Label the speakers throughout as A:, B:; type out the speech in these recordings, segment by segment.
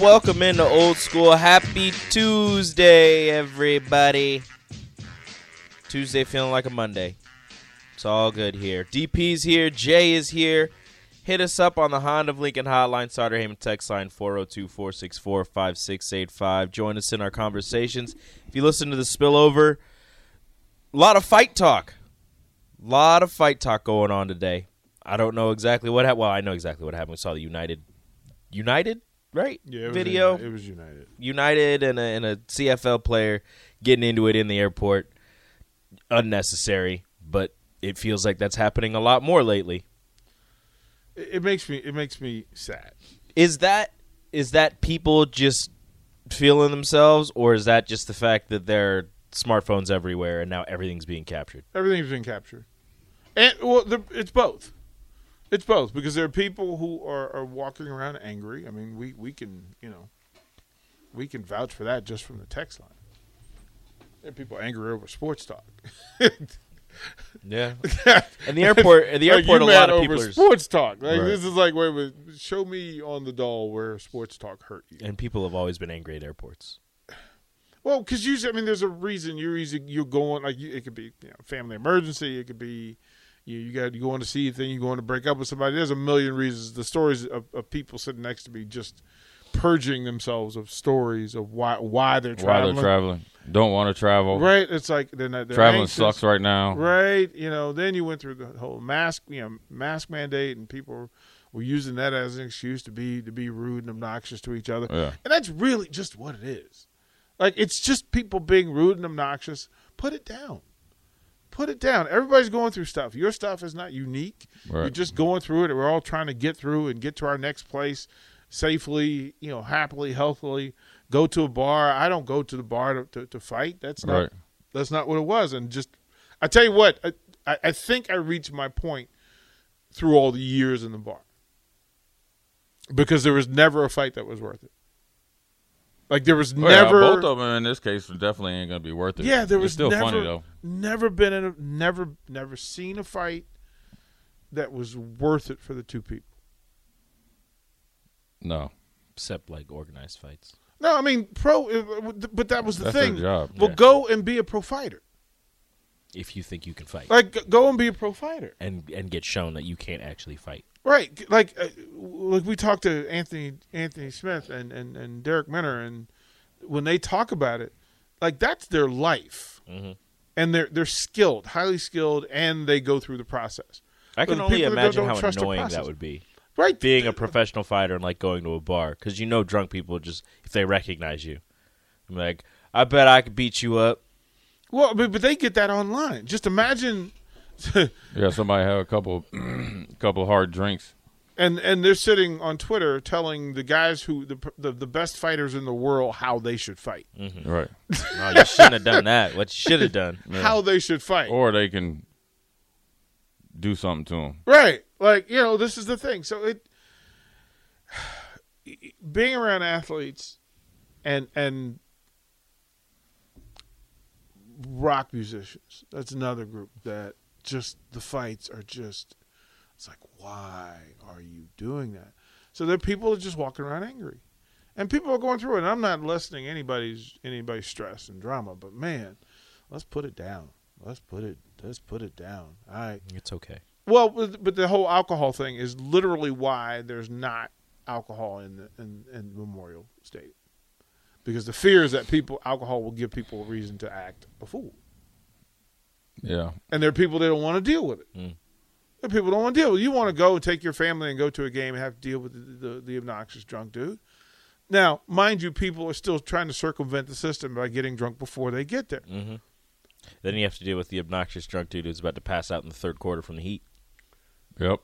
A: Welcome into old school. Happy Tuesday, everybody. Tuesday feeling like a Monday. It's all good here. DP's here. Jay is here. Hit us up on the Honda of Lincoln hotline, Starter Heyman text line 402 464 5685. Join us in our conversations. If you listen to the spillover, a lot of fight talk. A lot of fight talk going on today. I don't know exactly what happened. Well, I know exactly what happened. We saw the United. United? Right?
B: Yeah, it was
A: Video?
B: United. It was United.
A: United and a, and a CFL player getting into it in the airport. Unnecessary, but it feels like that's happening a lot more lately.
B: It, it makes me. It makes me sad.
A: Is that is that people just feeling themselves, or is that just the fact that there are smartphones everywhere and now everything's being captured?
B: Everything's been captured, and well, the, it's both. It's both because there are people who are, are walking around angry. I mean, we we can you know, we can vouch for that just from the text line. There are people angry over sports talk.
A: Yeah. And the airport, at the
B: Like,
A: airport,
B: you
A: a lot
B: mad
A: of
B: over
A: people are, s-
B: sports talk. Like
A: Right.
B: this is like wait, wait, show me on the doll where sports talk hurt you.
A: and people have always been angry at airports.
B: Well, because usually, I mean, there's a reason you're easy, you're going like you, it could be you know, family emergency, it could be you you got you going to see a thing, you're going to break up with somebody. There's a million reasons. The stories of, of people sitting next to me just purging themselves of stories of why why they're
C: Why
B: traveling.
C: they're traveling. Don't want to travel.
B: Right? It's like they're not they're
C: Traveling
B: anxious.
C: sucks right now.
B: Right. You know, then you went through the whole mask, you know, mask mandate, and people were using that as an excuse to be to be rude and obnoxious to each other.
C: Yeah.
B: And that's really just what it is. Like it's just people being rude and obnoxious. Put it down. Put it down. Everybody's going through stuff. Your stuff is not unique.
C: Right.
B: You're just going through it. and We're all trying to get through and get to our next place safely, you know, happily, healthily. Go to a bar. I don't go to the bar to, to, to fight. That's not
C: Right.
B: that's not what it was. And just, I tell you what, I, I- I think I reached my point through all the years in the bar because there was never a fight that was worth it. Like there was
C: Well, Oh, yeah,
B: never.
C: both of them in this case definitely ain't gonna be worth it.
B: Yeah, there
C: It's
B: was
C: still
B: never,
C: funny though.
B: Never been in a never never seen a fight that was worth it for the two people.
C: No,
A: Except like organized fights.
B: No, I mean pro, uh, but that was the
C: That's their
B: thing.
C: job.
B: Well,
A: Yeah.
B: go and be a pro fighter.
A: If you think you can fight
B: Like g- go and be a pro fighter.
A: and and get shown that you can't actually fight.
B: Right, like uh, like we talked to Anthony Anthony Smith and and and Derek Minner, and when they talk about it, like that's their life,
A: Mm-hmm.
B: and they're they're skilled, highly skilled, and they go through the process.
A: I
B: But
A: can
B: the
A: only
B: people that
A: imagine
B: don't
A: how
B: trust the
A: annoying that
B: process.
A: would be.
B: Right,
A: being a professional fighter and like going to a bar because you know drunk people just if they recognize you, I'm like, I bet I could beat you up.
B: well, but, but they get that online. Just imagine,
C: yeah, somebody have a couple, couple hard drinks.
B: and and they're sitting on Twitter telling the guys who the the, the best fighters in the world how they should fight,
C: Right,
A: No, "Oh, you shouldn't have done that. What you should have done?
B: how they should fight.
C: or they can do something to them.
B: Right. Like, you know, this is the thing. So it being around athletes and and rock musicians, that's another group that just the fights are just it's like why are you doing that? So there are people that are just walking around angry. And people are going through it. And I'm not lessening anybody's anybody's stress and drama, but man, let's put it down. Let's put it let's put it down. All right.
A: It's okay.
B: Well, but but the whole alcohol thing is literally why there's not alcohol in the, in, in Memorial Stadium, because the fear is that people alcohol will give people a reason to act a fool.
C: Yeah.
B: and there are people that don't want to deal with it.
C: Mm.
B: There are people that don't want to deal with it. You want to go and take your family and go to a game and have to deal with the, the, the obnoxious drunk dude. Now, mind you, people are still trying to circumvent the system by getting drunk before they get there.
C: Mm.
A: Then you have to deal with the obnoxious drunk dude who's about to pass out in the third quarter from the heat
C: Yep.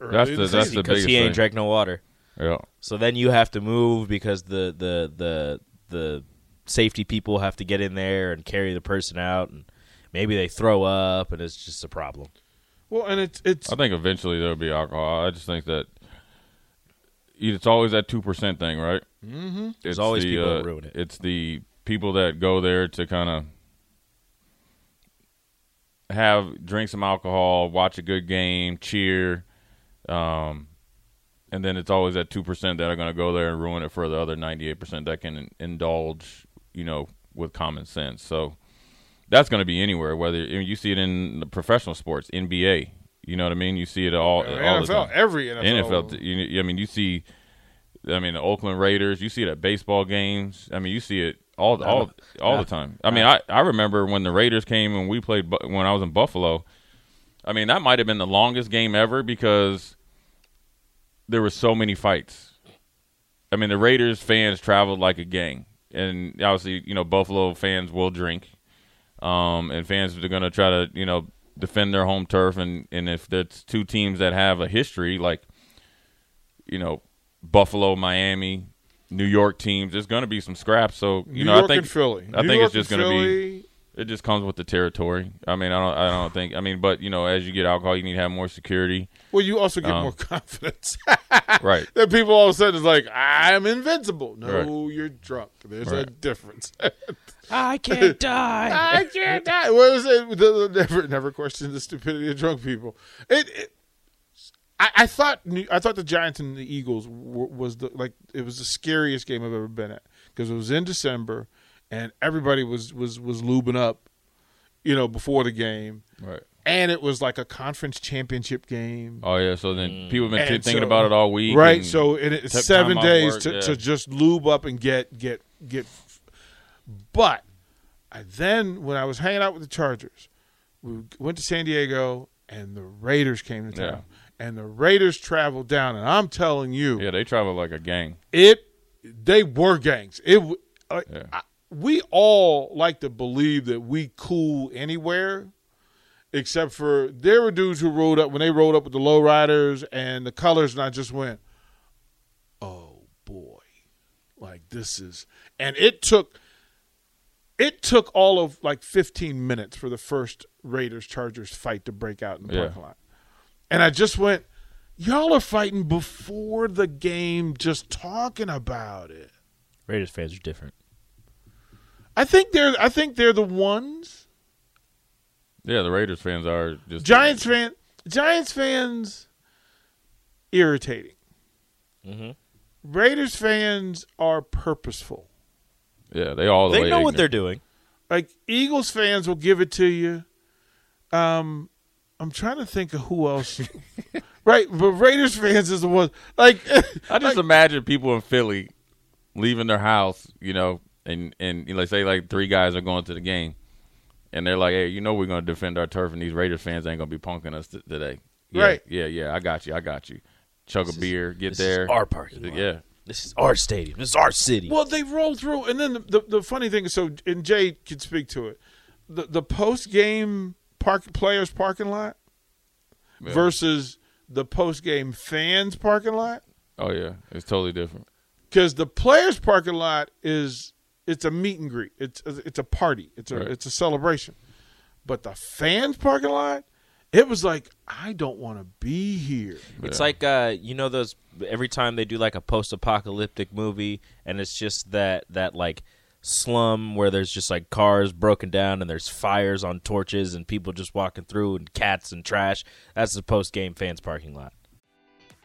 B: Early
C: That's
B: in
C: the that's
B: season.
C: the
A: because
C: biggest
A: he ain't
C: thing.
A: drank no water.
C: Yeah.
A: So then you have to move because the the the the safety people have to get in there and carry the person out, and maybe they throw up, and it's just a problem.
B: Well, and it's it's
C: I think eventually there'll be alcohol. I just think that it's always that two percent thing, right? Mm-hmm.
A: There's always people that ruin it.
C: It's the people that go there to kind of have drink some alcohol, watch a good game, cheer, um, and then it's always that two percent that are going to go there and ruin it for the other ninety-eight percent that can indulge, you know, with common sense. So that's going to be anywhere. Whether I mean, you see it in the professional sports, NBA, you know what I mean. You see it all, all the
B: NFL,
C: time.
B: every NFL.
C: NFL. t- You, I mean, you see. I mean, the Oakland Raiders. You see it at baseball games. I mean, you see it all all all the time. I mean, I, I remember when the Raiders came and we played Bu- when I was in Buffalo. I mean, that might have been the longest game ever because there were so many fights. I mean, the Raiders fans traveled like a gang, and obviously, you know, Buffalo fans will drink, um, and fans are going to try to, you know, defend their home turf, and and if there's two teams that have a history like, you know, Buffalo, Miami, New York teams, there's going to be some scraps. So you
B: New
C: know,
B: York
C: I think
B: and Philly.
C: I
B: New
C: think
B: York
C: it's just
B: and
C: going to be
B: Philly,
C: it just comes with the territory. I mean, I don't, I don't think. I mean, but you know, as you get alcohol, you need to have more security.
B: Well, you also get
C: Um,
B: more confidence.
C: Right.
B: that people all of a sudden is like, I'm invincible. No,
C: Right.
B: you're drunk. There's a
C: Right.
B: difference.
A: I can't die.
B: I can't die. What is it? The- the- Never, never question the stupidity of drunk people. It. it I, I thought New- I thought the Giants and the Eagles were, was the like it was the scariest game I've ever been at because it was in December and everybody was was was lubing up, you know, before the game,
C: Right.
B: and it was like a conference championship game.
C: Oh yeah. So then people have been
B: And
C: thi- thinking
B: so-
C: about it all week.
B: Right.
C: and-
B: So it, it's
C: took
B: seven
C: time off
B: days
C: work,
B: to,
C: yeah.
B: to just lube up and get get get. But I then when I was hanging out with the Chargers, we went to San Diego and the Raiders came to
C: Yeah.
B: town, and the Raiders traveled down, and I'm telling you,
C: yeah, they travel like a gang.
B: it they were gangs. It w- like,
C: Yeah.
B: I, we all like to believe that we cool anywhere, except for there were dudes who rolled up when they rolled up with the lowriders and the colors, and I just went, "Oh boy, like this is." And it took it took all of like 15 minutes for the first Raiders Chargers fight to break out in the
C: Yeah.
B: parking lot, and I just went. Y'all are fighting before the game, just talking about it.
A: Raiders fans are different.
B: I think they're I think they're the ones.
C: Yeah, the Raiders fans are just
B: Giants fan Giants fans irritating. Raiders fans are purposeful.
C: Yeah, they all. The
A: They
C: way
A: know what they're
C: ignorant.
A: doing.
B: Like Eagles fans will give it to you. Um I'm trying to think of who else. right, but Raiders fans is the one like
C: I just imagine people in Philly leaving their house, you know, and and you know, like say like three guys are going to the game, and they're like, "Hey, you know, we're going to defend our turf, and these Raiders fans ain't going to be punking us t- today." Yeah,
B: Right.
C: Yeah, yeah. I got you. I got you. Chug a beer. Get
A: This
C: there.
A: is our parking lot.
C: yeah.
A: This is our stadium. This is our city.
B: Well, they roll through, and then the, the, the funny thing is, so and Jay can speak to it. The the post game park players parking lot versus the post game fans parking lot,
C: Oh yeah, it's totally different.
B: because the players parking lot is it's a meet and greet, it's it's a party, it's a
C: Right.
B: it's a celebration, but the fans parking lot, it was like I don't want to be here.
A: It's like uh, you know those every time they do like a post-apocalyptic movie, and it's just that that like slum where there's just like cars broken down and there's fires on torches and people just walking through and cats and trash. That's the post-game fans parking lot.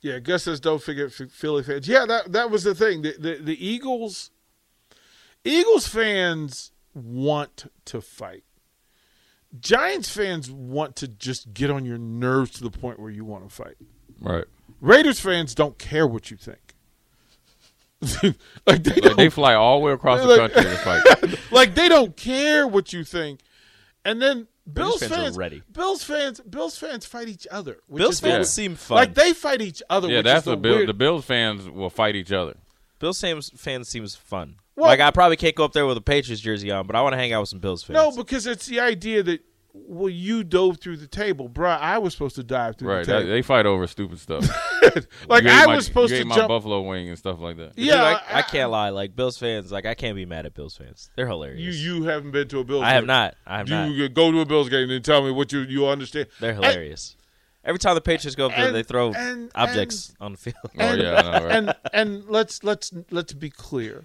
B: Yeah, Gus says don't forget Ph- Philly fans. Yeah, that that was the thing. The the, the Eagles, Eagles fans want to fight. Giants fans want to just get on your nerves to the point where you want to fight.
C: Right.
B: Raiders fans don't care what you think. like they
C: Like
B: don't
C: they fly all the way across the
B: Like-
C: country to fight.
B: like they don't care what you think. And then Bills
A: fans
B: fans,
A: are ready.
B: Bills fans, Bills fans fight each other. which
A: Bills
B: is
A: fans
B: weird.
A: seem fun.
B: Like they fight each other.
C: Yeah,
B: which
C: that's
B: is the
C: what Bill,
B: weird-
C: the Bills fans will fight each other.
A: Bills fans fans seems fun.
B: Well-
A: like I probably can't go up there with a Patriots jersey on, but I want to hang out with some Bills fans.
B: no, because it's the idea that well, you dove through the table, bruh. I was supposed to dive through
C: Right.
B: the
C: They,
B: table.
C: they fight over stupid stuff.
B: like
C: You ate
B: I
C: my-
B: was supposed
C: you
B: to
C: ate my
B: jump.
C: buffalo wing and stuff like that.
B: Yeah,
A: Dude, I, I can't lie. Like Bills fans, like I can't be mad at Bills fans. They're hilarious.
B: You you haven't been to a Bills.
A: I have
B: game.
A: not. I have
B: you
A: not.
B: go to a Bills game and tell me what you you understand.
A: They're
B: And-
A: hilarious. Every time the Patriots go up there,
B: and-
A: they throw
B: and-
A: objects on the field.
C: Oh yeah, I know, right?
B: and and let's let's let's be clear.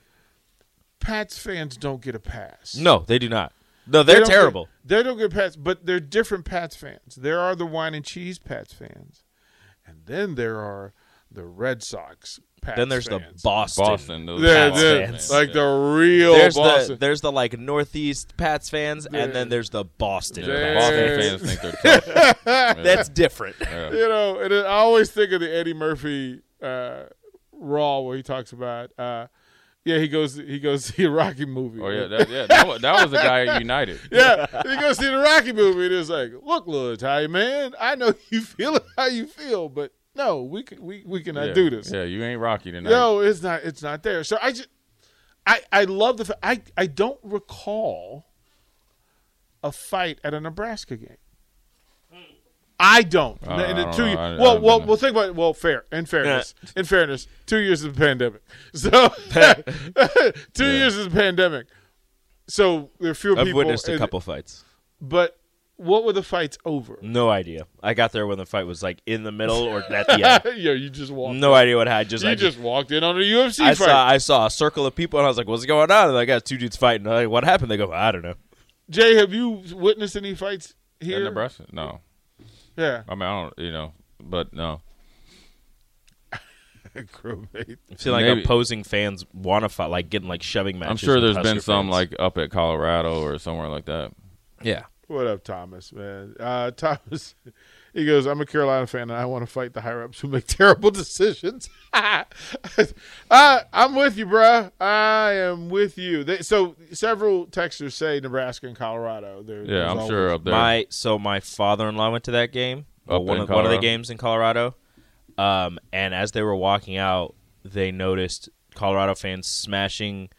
B: Pats fans don't get a pass.
A: no, they do not. No,
B: They
A: they're
B: don't
A: terrible.
B: get- they don't get Pats, but they're different Pats fans. There are the wine and cheese Pats fans, and then there are the Red Sox. Pats
A: then there's the
B: fans.
A: Boston.
C: Boston, those
B: They're-
A: Pats
B: they're-
A: fans.
B: like the real
A: There's the
B: Boston.
A: there's the like Northeast Pats fans, and then there's the Boston.
C: Yeah,
A: Pats.
C: the Boston fans
B: There's-
C: think they're tough.
A: That's different.
B: you know, and I always think of the Eddie Murphy uh, Raw where he talks about. Uh, yeah, he goes. He goes see a Rocky movie.
C: Oh yeah, that, yeah, that was, that was the guy at United.
B: yeah, he goes see the Rocky movie, and it's like, look, little Italian man, I know you feel how you feel, but no, we can, we we cannot
C: yeah.
B: do this.
C: Yeah, you ain't Rocky tonight.
B: No, it's not. It's not there. So I just, I I love the. fa- I I don't recall a fight at a Nebraska game. I don't.
C: I- I
B: And the
C: don't
B: two
C: know.
B: year-
C: I- I
B: well,
C: don't
B: well,
C: know.
B: well. Think about it. Well, fair. In fairness, in fairness, two years of the pandemic. So two years of the pandemic. So there are fewer
A: I've
B: people.
A: witnessed a
B: and-
A: couple fights.
B: But what were the fights over?
A: No idea. I got there when the fight was like in the middle or at the
B: yeah, you just walked.
A: end. No idea what happened. Just
B: you
A: I
B: just walked in on a UFC
A: I
B: fight.
A: saw I saw a circle of people and I was like, "What's going on?" And I got two dudes fighting. I'm like, what happened? They go, "I don't know."
B: Jay, have you witnessed any fights
C: At
B: here?
C: Nebraska? No,
B: Yeah.
C: I mean I don't, you know, but no.
B: crewmate.
A: I feel like
C: Maybe.
A: opposing fans want to fight, like getting like shoving matches.
C: I'm sure
A: with
C: there's been
A: Husker
C: some
A: fans.
C: like up at Colorado or somewhere like that.
A: yeah,
B: What up, Thomas, man? Uh, Thomas, he goes, I'm a Carolina fan and I want to fight the higher ups who make terrible decisions. uh, I'm with you, bruh. I am with you. They, so several texters say Nebraska and Colorado. There,
C: Yeah, I'm sure up there.
A: my so my father-in-law went to that game. uh,
C: Up
A: one
C: in
A: of one of the
C: Colorado?
A: games in Colorado, um, and as they were walking out, they noticed Colorado fans smashing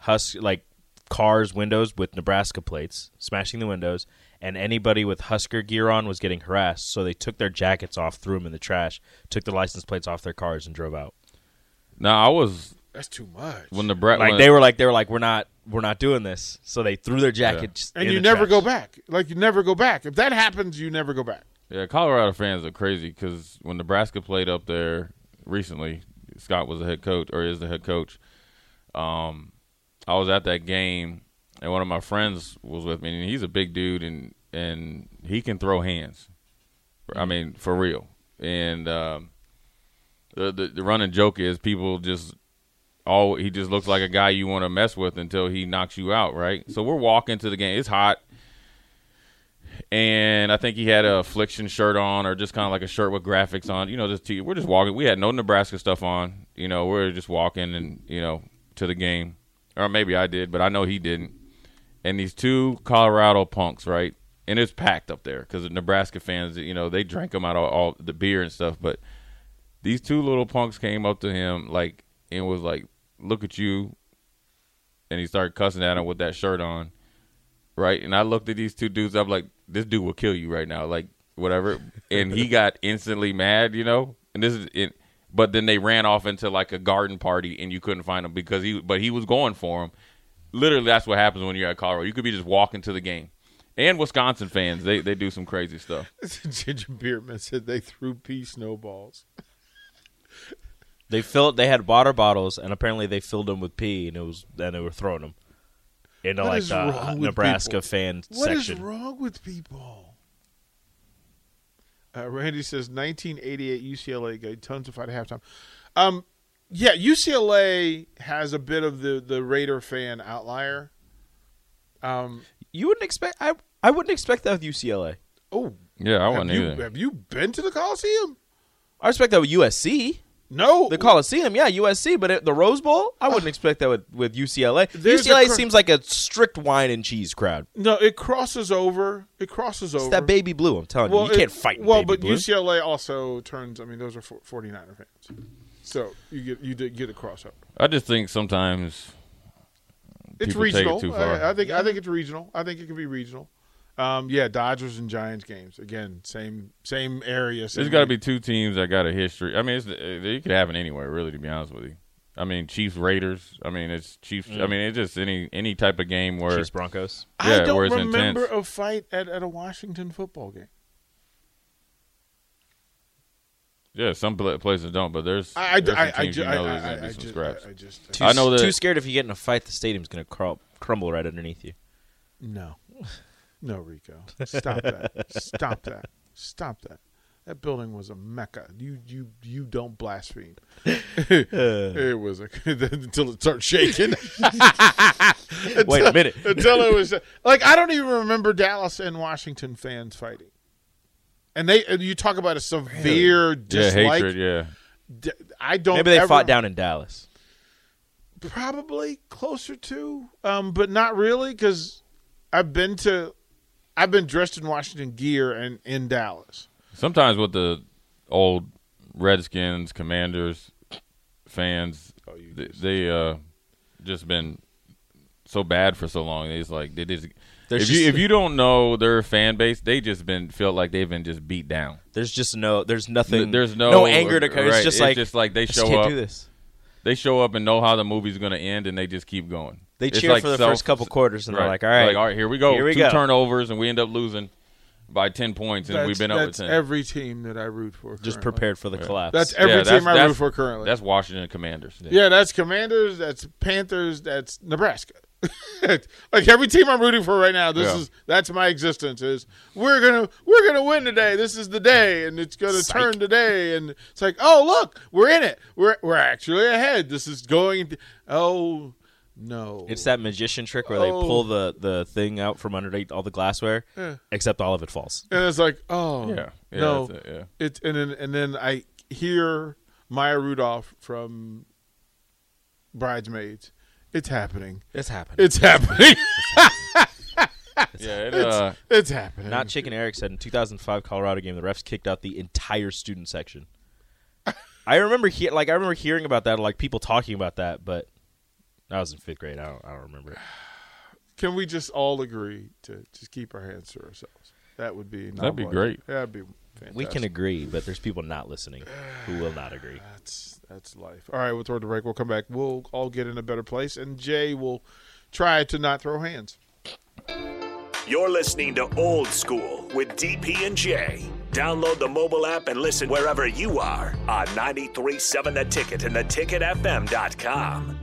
A: Husk like cars windows with Nebraska plates, smashing the windows, and anybody with Husker gear on was getting harassed. So they took their jackets off, threw them in the trash, took the license plates off their cars, and drove out.
C: no, I was
B: That's too much.
C: when the Brett
A: Like
C: when,
A: they were like they were like we're not we're not doing this. So they threw their jackets
B: and
A: in
B: you
A: the
B: never
A: trash.
B: go back. Like, you never go back. If that happens, you never go back.
C: Yeah, Colorado fans are crazy because when Nebraska played up there recently, Scott was the head coach or is the head coach. Um, I was at that game, and one of my friends was with me, and he's a big dude, and and he can throw hands. I mean, for real. And um, the, the the running joke is people just all he just looks like a guy you want to mess with until he knocks you out, right? So we're walking to the game. It's hot and I think he had a affliction shirt on, or just kind of like a shirt with graphics on. You know, just to, we're just walking. We had no Nebraska stuff on. You know, we're just walking and you know to the game, or maybe I did, but I know he didn't. And these two Colorado punks, right? And it's packed up there because the Nebraska fans, you know, they drank them out of all the beer and stuff. But these two little punks came up to him like and was like, "Look at you," and he started cussing at him with that shirt on right? And I looked at these two dudes. I'm like, this dude will kill you right now, like whatever. And he got instantly mad, you know. And this is it. But then they ran off into like a garden party, and you couldn't find him because he. But he was going for him. Literally, that's what happens when you're at Colorado. You could be just walking to the game. And Wisconsin fans, they they do some crazy stuff.
B: Ginger Beerman said they threw pea snowballs.
A: They filled. They had water bottles, and apparently they filled them with pee, and it was. And they were throwing them into
B: What
A: like
B: is
A: the
B: wrong
A: uh,
B: with
A: Nebraska
B: people?
A: fan
B: What is
A: section.
B: wrong with people? Uh, Randy says 1988 UCLA guy intensified at halftime. Um, yeah, UCLA has a bit of the the Raider fan outlier. Um,
A: You wouldn't expect. I I wouldn't expect that with UCLA.
B: oh,
C: Yeah, I
B: have
C: wouldn't
B: you,
C: either.
B: have you been to the Coliseum?
A: I expect that with USC.
B: No,
A: The Coliseum, yeah, USC, but at the Rose Bowl, I wouldn't expect that with, with UCLA.
B: Ah. There's a
A: UCLA
B: cur-
A: seems like a strict wine and cheese crowd.
B: no, it crosses over. It crosses over.
A: It's that baby blue, I'm telling you. You
B: it-
A: can't fight in
B: Well,
A: baby
B: but
A: blue.
B: UCLA also turns. I mean, those are 49er fans, so you get you did get a crossover.
C: I just think sometimes people
B: it's
C: take it
B: regional.
C: too far.
B: I, I think I think it's regional. I think it can be regional. Um, yeah, Dodgers and Giants games again, same same area. Same
C: there's got to be two teams that got a history. I mean, it's, it it could happen anywhere, really, to be honest with you. I mean, Chiefs Raiders. I mean, it's Chiefs.
B: Mm.
C: I mean, it's just any any type of game where
A: Chiefs Broncos.
B: I
C: yeah,
B: don't
C: where it's
B: remember
C: intense.
B: a fight at, at a Washington football game.
C: yeah, some pla- places don't, but there's
B: I I
C: there's some
B: I, I,
C: teams
B: ju-
C: you
B: I,
C: know there's
B: I,
C: gonna
B: I,
C: be
B: I
C: some
B: just
C: scraps.
B: I, I just
A: Too,
C: I know that-
A: too scared if you get in a fight, the stadium's going to crawl, crumble right underneath you.
B: no, no Rico, stop that, stop that, stop that. That building was a mecca. You you you don't blaspheme. it was a, until it starts shaking.
A: Wait a minute.
B: until it was like I don't even remember Dallas and Washington fans fighting. And they and you talk about a severe
C: yeah,
B: dislike.
C: hatred. Yeah,
B: D- I don't.
A: Maybe they
B: ever-
A: fought down in Dallas.
B: Probably closer to, um, but not really because I've been to, I've been dressed in Washington gear and in Dallas.
C: sometimes with the old Redskins, Commanders fans,
B: Oh,
C: they, they uh just been so bad for so long. They just like they just
A: There's
C: if
A: just-
C: you if you don't know their fan base, they just been felt like they've been just beat down.
A: There's just no, there's nothing.
C: There's no
A: anger to come.
C: right,
A: It's just
C: it's
A: like,
C: just like they
A: I
C: show
A: can't
C: up.
A: do this.
C: They show up and know how the movie's going to end, and they just keep going.
A: They
C: It's
A: cheer
C: like
A: for the
C: self-
A: first couple quarters, and they're like, all right,
C: all right, here we go.
A: Here we
C: Two
A: go.
C: turnovers, and we end up losing by ten points, and
B: That's,
C: we've been up with
B: that's
C: ten.
B: every team that I root for.
A: Just
B: currently.
A: prepared for the collapse.
B: That's every
C: Yeah,
B: team
C: that's-
B: I root
C: that's-
B: for currently.
C: That's Washington Commanders.
B: Yeah, that's Commanders. That's Panthers. That's Nebraska. like every team I'm rooting for right now. This
C: Yeah.
B: is that's my existence. Is we're gonna we're gonna win today. This is the day, and it's gonna
A: Psych.
B: turn today. And it's like, oh look, we're in it. We're we're actually ahead. This is going. Oh no,
A: It's that magician trick where they
B: Oh.
A: pull the, the thing out from underneath all the glassware, except all of it falls.
B: and it's like, oh
C: Yeah, yeah,
B: no,
C: that's it, yeah.
B: It's- and then and then I hear Maya Rudolph from Bridesmaids. It's happening.
A: It's happening.
B: It's happening.
C: Yeah, it, uh,
B: it's happening.
A: Not Chicken Eric said in 2005 Colorado game, the refs kicked out the entire student section. I remember he- like I remember hearing about that, like people talking about that, but I was in fifth grade. I don't, I don't remember. it.
B: Can we just all agree to just keep our hands to ourselves? That would be
C: That'd be
B: non-binding.
C: great.
B: That'd be fantastic.
A: We can agree, but there's people not listening who will not agree.
B: That's that's life. All right, we'll throw the break. We'll come back. We'll all get in a better place, and Jay will try to not throw hands.
D: You're listening to Old School with DP and J. Download the mobile app and listen wherever you are on 937 The Ticket and theticketfm.com.